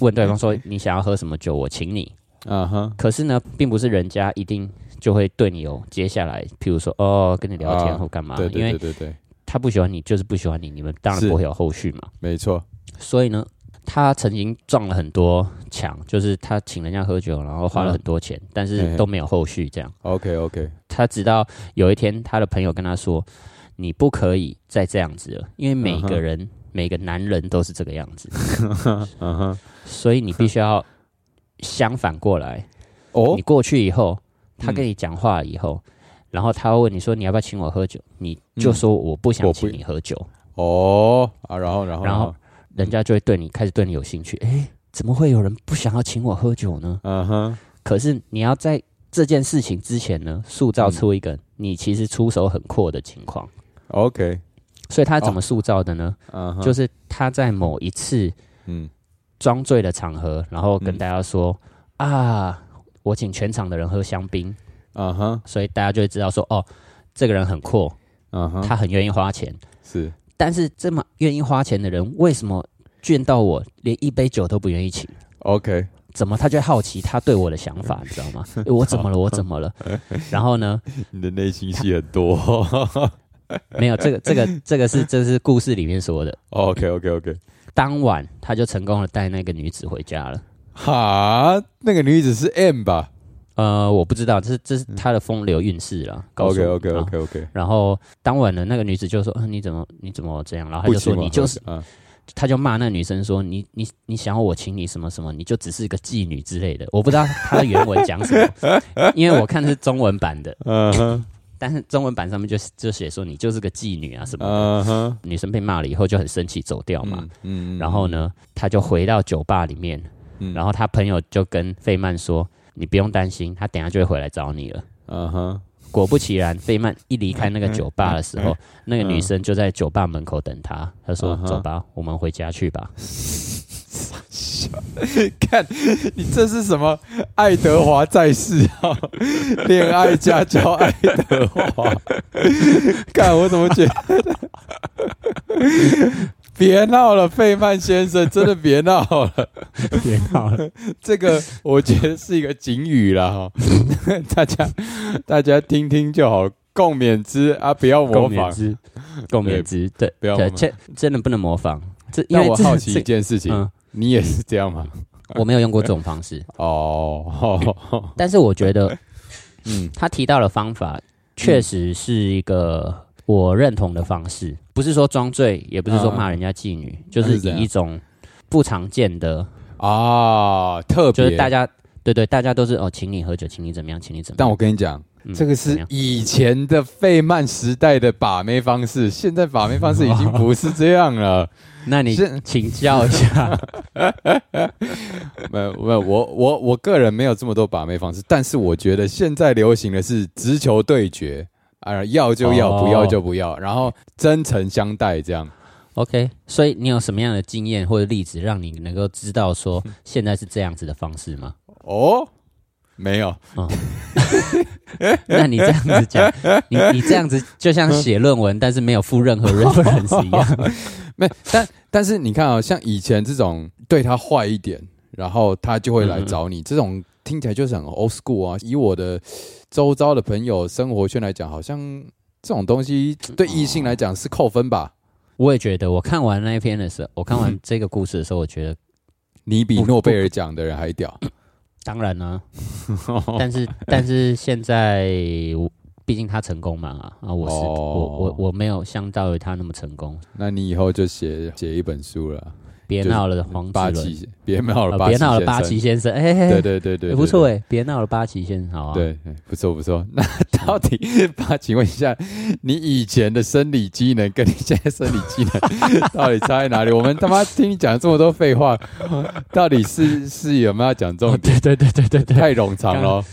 Speaker 1: 问对方 说你想要喝什么酒，我请你。
Speaker 2: 啊哈，
Speaker 1: 可是呢，并不是人家一定就会对你有接下来，譬如说哦，跟你聊天
Speaker 2: 啊
Speaker 1: 或干嘛，
Speaker 2: 对
Speaker 1: 因
Speaker 2: 对
Speaker 1: 为
Speaker 2: 对对对，
Speaker 1: 他不喜欢你，就是不喜欢你，你们当然
Speaker 2: 是
Speaker 1: 不会有后续嘛。
Speaker 2: 没错，
Speaker 1: 所以呢，他曾经撞了很多墙，就是他请人家喝酒，然后花了
Speaker 2: 嗯
Speaker 1: 很多钱，但
Speaker 2: 嘿
Speaker 1: 是
Speaker 2: 嘿
Speaker 1: 都没有后续。这样，
Speaker 2: OK OK，
Speaker 1: 他直到有一天，他的朋友跟他说：“你不可以再这样子了，因为每
Speaker 2: 嗯
Speaker 1: 个
Speaker 2: 哼
Speaker 1: 人、每个男人都是这个样子，
Speaker 2: 嗯哼，
Speaker 1: 所以你必须要相反过来。
Speaker 2: 哦
Speaker 1: 你，过去以后，
Speaker 2: 嗯
Speaker 1: 他跟你讲话以后，然后他会问你说你要不要请我喝酒，你就说我不想
Speaker 2: 嗯我不
Speaker 1: 请你喝酒，
Speaker 2: 哦啊，然后然后
Speaker 1: 然后人家就会对你开始对你有兴趣。诶，怎么会有人不想要请我喝酒呢？
Speaker 2: 嗯哼，
Speaker 1: 可是你要在这件事情之前呢，塑
Speaker 2: 嗯
Speaker 1: 造出一个你其实出手很阔的情况。
Speaker 2: OK，
Speaker 1: 所以他怎么塑造的呢？
Speaker 2: 嗯哼，
Speaker 1: 就是他在某一次
Speaker 2: 嗯
Speaker 1: 装醉的场合，然后跟
Speaker 2: 嗯
Speaker 1: 大家说、啊，我请全场的人喝香槟，
Speaker 2: 嗯哼
Speaker 1: 所以大家就会知道说，哦，这个人很阔，
Speaker 2: 嗯哼，
Speaker 1: 他很愿意花钱。
Speaker 2: 是
Speaker 1: 但是这么愿意花钱的人，为什么见到我连一杯酒都不愿意请？
Speaker 2: OK，
Speaker 1: 怎么他就会好奇他对我的想法，你知道吗？诶我怎么了？我怎么了？ 然后呢？
Speaker 2: 你的内心戏很多。
Speaker 1: 没有这个，这个，这个是这是故事里面说的。
Speaker 2: OK OK OK，
Speaker 1: 当晚他就成功的带那个女子回家了。
Speaker 2: 哈，那个女子是 M 吧
Speaker 1: 呃，我不知道，这是这是
Speaker 2: 嗯
Speaker 1: 他的风流韵事啦。告诉
Speaker 2: ？OK
Speaker 1: 我
Speaker 2: OK
Speaker 1: 啊
Speaker 2: OK OK，
Speaker 1: 然后当晚呢，那个女子就说：“嗯，你怎么你怎么这样？”然后他
Speaker 2: 不
Speaker 1: 就说：“
Speaker 2: 行，
Speaker 1: 你就是。
Speaker 2: 啊，”
Speaker 1: 他就骂那女生说：“你你你想要我请你什么什么，你就只是个妓女之类的。”我不知道他的原文讲什 么，因为我看的是中文版的，
Speaker 2: 嗯哼
Speaker 1: 但是中文版上面就就写说你就是个妓女啊什么的。
Speaker 2: 嗯哼，
Speaker 1: 女生被骂了以后就很生气走掉嘛。
Speaker 2: 嗯，嗯
Speaker 1: 然后？呢，他就回到酒吧里面，
Speaker 2: 嗯
Speaker 1: 然后他朋友就跟费曼说：“你不用担心，他等一下就会回来找你了。
Speaker 2: 嗯哼，”
Speaker 1: 果不其然，费曼一离开那个酒吧的时候，那个女生就在酒吧门口等他。他说：“
Speaker 2: 嗯哼
Speaker 1: 走吧，我们回家去吧。
Speaker 2: 看你这是什么？爱德华在世啊， 恋爱家教爱德华。 看我怎么觉得？别闹了，费曼先生，真的别闹了。”
Speaker 1: 别闹了，
Speaker 2: 这个我觉得是一个警语啦，哈， 大家大家听听就好，共勉之啊，不要 模
Speaker 1: 共勉
Speaker 2: 仿。
Speaker 1: 之，共勉之，对
Speaker 2: 不要
Speaker 1: 对，
Speaker 2: 模仿
Speaker 1: 真真的不能模仿。这因
Speaker 2: 那
Speaker 1: 为
Speaker 2: 我
Speaker 1: 这
Speaker 2: 好奇一
Speaker 1: 这
Speaker 2: 件事情，
Speaker 1: 嗯，
Speaker 2: 你也是这样吗？
Speaker 1: 我没有用过这种方式，
Speaker 2: 哦，
Speaker 1: 但是我觉得
Speaker 2: 嗯
Speaker 1: 他提到的方法确实是一个我认同的方式，不是说装醉，也不是说骂人家妓女，就是
Speaker 2: 那是怎
Speaker 1: 以
Speaker 2: 样
Speaker 1: 一种不常见的，
Speaker 2: 啊，特
Speaker 1: 就
Speaker 2: 别
Speaker 1: 是大。家对对，大家都是哦，请你喝酒，请你怎么样，请你怎么
Speaker 2: 但
Speaker 1: 样。
Speaker 2: 我跟你讲，
Speaker 1: 但
Speaker 2: 这个是以前的费曼时代的把妹方式，现在把妹方式已经不是这样了。
Speaker 1: 那你
Speaker 2: 是
Speaker 1: 请教一 下，
Speaker 2: 没有没有，我我我个人没有这么多把妹方式，但是我觉得现在流行的是直球对决啊，要就要，
Speaker 1: 哦
Speaker 2: 不要就不要，然后真诚相待这样。
Speaker 1: OK，所以你有什么样的经验或者例子，让你能够知道 说现在是这样子的方式吗？哦
Speaker 2: 哦，没有，
Speaker 1: 那你这样子讲，你你这样子就像写论文，但是没有附任何 reference 一样。
Speaker 2: 没，但但是你看啊、像以前这种对他坏一点，然后他就会来找你，
Speaker 1: 嗯
Speaker 2: 这种听起来就是很 old school 啊。以我的周遭的朋友生活圈来讲，好像这种东西对异性来讲是扣分吧？
Speaker 1: 我也觉得，我看完那一篇的时候，我看完这个故事的时候，我觉得
Speaker 2: 你比诺贝尔奖的人还屌。
Speaker 1: 当然 呢、但是但是现在我毕竟他成功嘛啊，我是、
Speaker 2: 哦
Speaker 1: 我我我没有相较于他那么成功。
Speaker 2: 那你以后就写写一本书了，
Speaker 1: 别
Speaker 2: 就是
Speaker 1: 闹了，黄
Speaker 2: 八
Speaker 1: 子伦，
Speaker 2: 旗，别闹了，
Speaker 1: 嗯呃别闹了，八旗
Speaker 2: 旗
Speaker 1: 先生，哎、
Speaker 2: 先
Speaker 1: 嘿
Speaker 2: 生，
Speaker 1: 嘿
Speaker 2: 对对对对，
Speaker 1: 哎
Speaker 2: 对
Speaker 1: 不错，哎，别闹了，八旗先生，好啊。
Speaker 2: 对，对不错不错。 那到底八，请问一下，你以前的生理机能跟你现在生理机能到底差在哪里？ 我们他妈听你讲这么多废话，到底是是有没有要讲重
Speaker 1: 哦，
Speaker 2: 点？
Speaker 1: 对对对对对对，
Speaker 2: 太冗长了，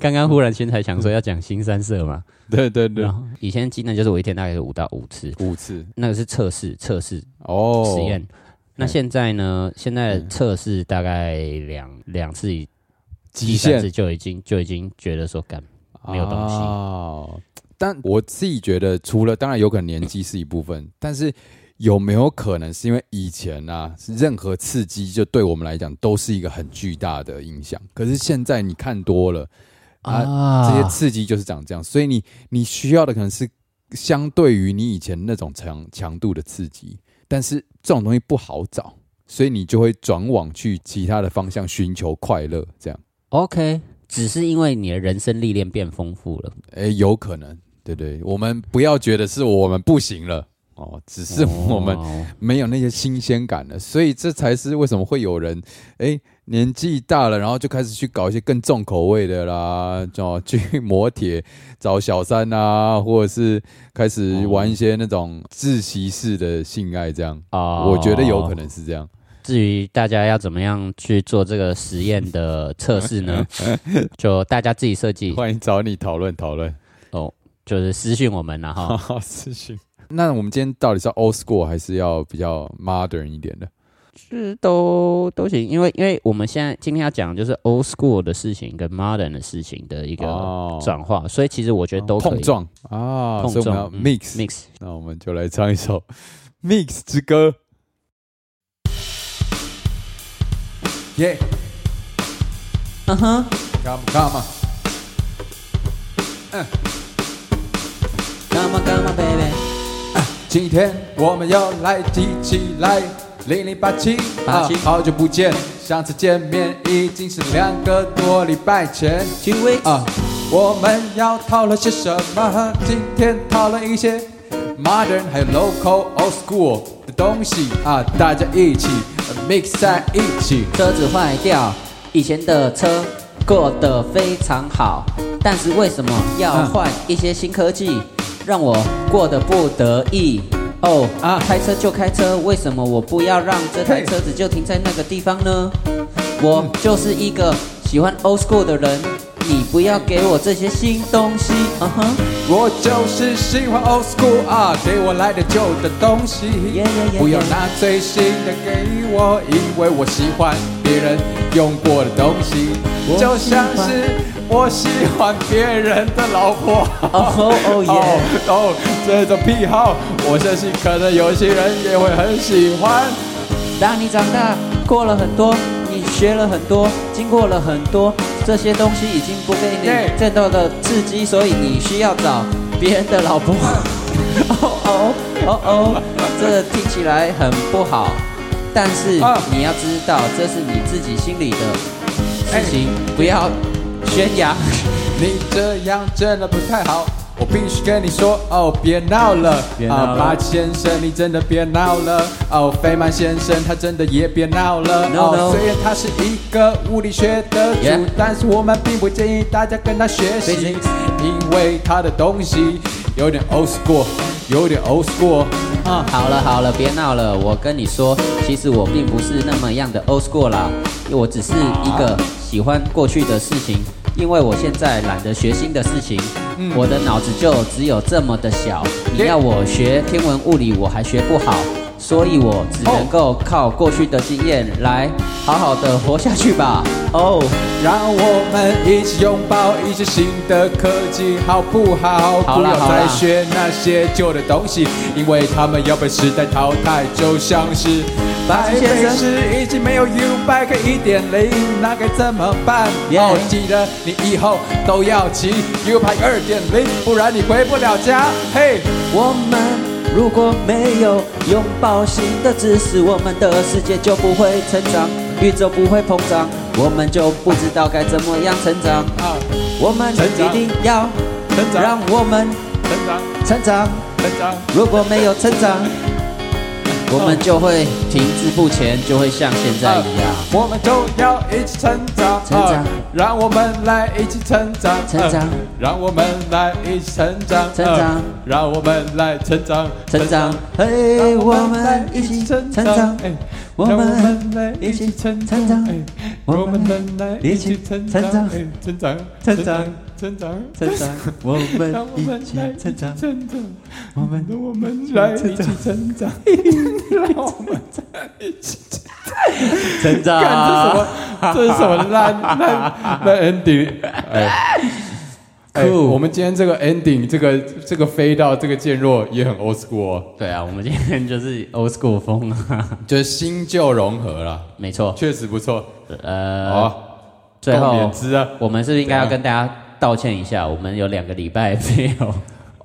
Speaker 1: 刚刚忽然间才想说要讲新三色嘛，
Speaker 2: 对对对
Speaker 1: 然，后以前技能就是我一天大概是五到五次，
Speaker 2: 五次
Speaker 1: 那个是测试测试
Speaker 2: 哦，
Speaker 1: 实验。那
Speaker 2: 嗯
Speaker 1: 现在呢？现在
Speaker 2: 嗯
Speaker 1: 测试大概两两次以
Speaker 2: 极
Speaker 1: 第三
Speaker 2: 限
Speaker 1: 次就已经就已经觉得说干没有东西
Speaker 2: 哦。但我自己觉得，除了当然有可能年纪是一部分，但是有没有可能是因为以前啊，任何刺激就对我们来讲都是一个很巨大的影响。可是现在你看多了，
Speaker 1: 啊
Speaker 2: 这些刺激就是长这样，所以你你需要的可能是相对于你以前那种强强度的刺激，但是这种东西不好找，所以你就会转往去其他的方向寻求快乐，这样。
Speaker 1: OK，只是因为你的人生历练变丰富了，
Speaker 2: 诶，有可能，对对，我们不要觉得是我们不行了哦，只是我们
Speaker 1: 哦
Speaker 2: 没有那些新鲜感了，所以这才是为什么会有人诶年纪大了，然后就开始去搞一些更重口味的啦，哦，去磨铁找小三啊，或者是开始玩一些那种自习式的性爱，这样，
Speaker 3: 啊
Speaker 2: 我觉得有可能是这样。
Speaker 3: 至于大家要怎么样去做这个实验的测 试呢？就大家自己设
Speaker 1: 哦
Speaker 3: 计，
Speaker 2: 欢迎找你讨论讨论，
Speaker 3: 就是私信我们然 后
Speaker 2: 好事情。那我们今天到底是要 old school 还是要比较 modern 一点的？
Speaker 3: 是都都行，因为因为我们现在今天要讲的就是 old school 的事情跟 modern 的事情的一个
Speaker 2: 哦
Speaker 3: 转化，所以其实我觉得都可以
Speaker 2: 碰撞啊，
Speaker 3: 碰
Speaker 2: 所以我们
Speaker 3: 撞
Speaker 2: 要
Speaker 3: 嗯
Speaker 2: mix。
Speaker 3: mix。
Speaker 2: 那我们就来唱一首 mix 之歌，耶、
Speaker 3: 嗯哼，
Speaker 2: Come come on，
Speaker 3: 干嘛干嘛 baby，
Speaker 2: 今天我们又来提起来，零零八七啊
Speaker 3: 八七
Speaker 2: 好久不见，上次见面已经是两个多礼拜前。
Speaker 3: 去位
Speaker 2: 啊，我们要讨论些什么？今天讨论一些 modern 还有 local old school 的东西啊，大家一起呃 mix 在一起。
Speaker 3: 车子坏掉，以前的车过得非常好，但是为什么要
Speaker 2: 啊
Speaker 3: 换一些新科技，让我过得不得意？哦啊
Speaker 2: 啊，
Speaker 3: 开车就开车，为什么我不要让这台
Speaker 2: 嘿
Speaker 3: 车子就停在那个地方呢？我就是一个喜欢 old school 的人，你不要给我这些新东西。嗯哼，
Speaker 2: 我就是喜欢 old school 啊，给我来点旧的东西
Speaker 3: Yeah, yeah, yeah,
Speaker 2: 不要
Speaker 3: yeah.
Speaker 2: 拿最新的给我，因为我喜欢别人用过的东西
Speaker 3: 我，
Speaker 2: 就
Speaker 3: 喜欢
Speaker 2: 像是我喜欢别人的老 婆。
Speaker 3: 哦哦耶
Speaker 2: 哦哦，这种癖好，我相信可能有些人也会很喜欢。
Speaker 3: 当你长大，过了很多，你学了很多，经过了很多，这些东西已经不给你
Speaker 2: 对
Speaker 3: 战斗的刺激，所以你需要找别人的老婆。 哦哦哦哦，这听起来很不好，但是
Speaker 2: 啊
Speaker 3: 你要知道，这是你自己心里的
Speaker 2: 哎
Speaker 3: 事情，不要宣扬。
Speaker 2: 你这样真的不太好，我必须跟你说哦，别闹了，
Speaker 3: 别闹了
Speaker 2: 啊马先生，你真的别闹了，哦，费曼先生他真的也别闹了
Speaker 3: No,
Speaker 2: 哦
Speaker 3: no
Speaker 2: 虽然他是一个物理学的主
Speaker 3: Yeah
Speaker 2: 但是我们并不建议大家跟他学习
Speaker 3: Physics，
Speaker 2: 因为他的东西有点 old school，有点 old school，
Speaker 3: 啊，好了好了，别闹了。我跟你说，其实我并不是那么样的 old school 啦，我只是一个喜欢过去的事情，因为我现在懒得学新的事情，我的脑子就只有这么的小。你
Speaker 2: 对
Speaker 3: 要我学天文物理，我还学不好，所以我只能够靠过去的经验来好好的活下去吧。哦，
Speaker 2: 让我们一起拥抱一些新的科技，好不好？
Speaker 3: 好
Speaker 2: 不
Speaker 3: 啦
Speaker 2: 要
Speaker 3: 好啦
Speaker 2: 再学那些旧的东西，因为他们要被时代淘汰，就像是
Speaker 3: 巴
Speaker 2: 白
Speaker 3: 西先
Speaker 2: 费
Speaker 3: 生
Speaker 2: 是已经没有 U Bike 一点零，那该怎么办？
Speaker 3: Yeah
Speaker 2: 哦，记得你以后都要骑 U Bike 二点零，不然你回不了家。嘿，
Speaker 3: 我们如果没有拥抱新的知识，我们的世界就不会成长，宇宙不会膨胀，我们就不知道该怎么样成长。
Speaker 2: 啊，
Speaker 3: 我们
Speaker 2: 成
Speaker 3: 一
Speaker 2: 长
Speaker 3: 定要
Speaker 2: 成
Speaker 3: 让
Speaker 2: 长，
Speaker 3: 我们
Speaker 2: 成长，
Speaker 3: 成长，
Speaker 2: 成长。
Speaker 3: 如果没有成长，我们就会停滞不前，就会像现在一样。
Speaker 2: 我们就要一起成长，
Speaker 3: 成长
Speaker 2: 啊让我们来一起成长，
Speaker 3: 成长
Speaker 2: 啊让我们来一起成长，
Speaker 3: 成
Speaker 2: 啊
Speaker 3: 长
Speaker 2: 让我们来成长，
Speaker 3: 成长，嘿，
Speaker 2: 让
Speaker 3: 我
Speaker 2: 我
Speaker 3: 们
Speaker 2: 们
Speaker 3: 一
Speaker 2: 一
Speaker 3: 起
Speaker 2: 起
Speaker 3: 成
Speaker 2: 成
Speaker 3: 长
Speaker 2: 长，，
Speaker 3: 我
Speaker 2: 我
Speaker 3: 们
Speaker 2: 们来一起成长
Speaker 3: 成长，
Speaker 2: 哎
Speaker 3: 我
Speaker 2: 我
Speaker 3: 们
Speaker 2: 们来一起成
Speaker 3: 成长
Speaker 2: 长，哎成长，成
Speaker 3: 成长，
Speaker 2: 长。
Speaker 3: 成长，我
Speaker 2: 让
Speaker 3: 们
Speaker 2: 我们
Speaker 3: 一起
Speaker 2: 来一起
Speaker 3: 成长。
Speaker 2: 成长，
Speaker 3: 我们
Speaker 2: 让我们来一起成长，让我们来一起成长。
Speaker 3: 成长
Speaker 2: 干这是什么？这是什么烂烂烂 ending？哎，哎，
Speaker 3: Cool
Speaker 2: 我们今天这个 ending，这个这个飞到这个渐弱也很 old school，哦
Speaker 3: 对啊，我们今天就是 old school 风啊，
Speaker 2: 就是新旧融合啦，
Speaker 3: 没错。
Speaker 2: 确实不错。
Speaker 3: 呃，
Speaker 2: 好啊，
Speaker 3: 最
Speaker 2: 共
Speaker 3: 后
Speaker 2: 勉之啊。
Speaker 3: 我们是不是应该要跟大家道歉一下？我们有两个礼拜没有。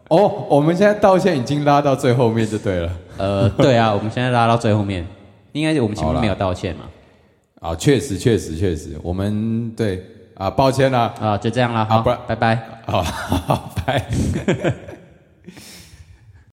Speaker 2: 哦，我们现在道歉已经拉到最后面就对了。
Speaker 3: 呃， 对啊，我们现在拉到最后面，应该是我们前
Speaker 2: 好啦
Speaker 3: 面没有道歉嘛？
Speaker 2: 啊，确实，确实，确实，我们对啊，抱歉啦、
Speaker 3: 啊，就这样啦，
Speaker 2: 啊
Speaker 3: 好
Speaker 2: 不然，
Speaker 3: 拜拜。
Speaker 2: 好，好，拜。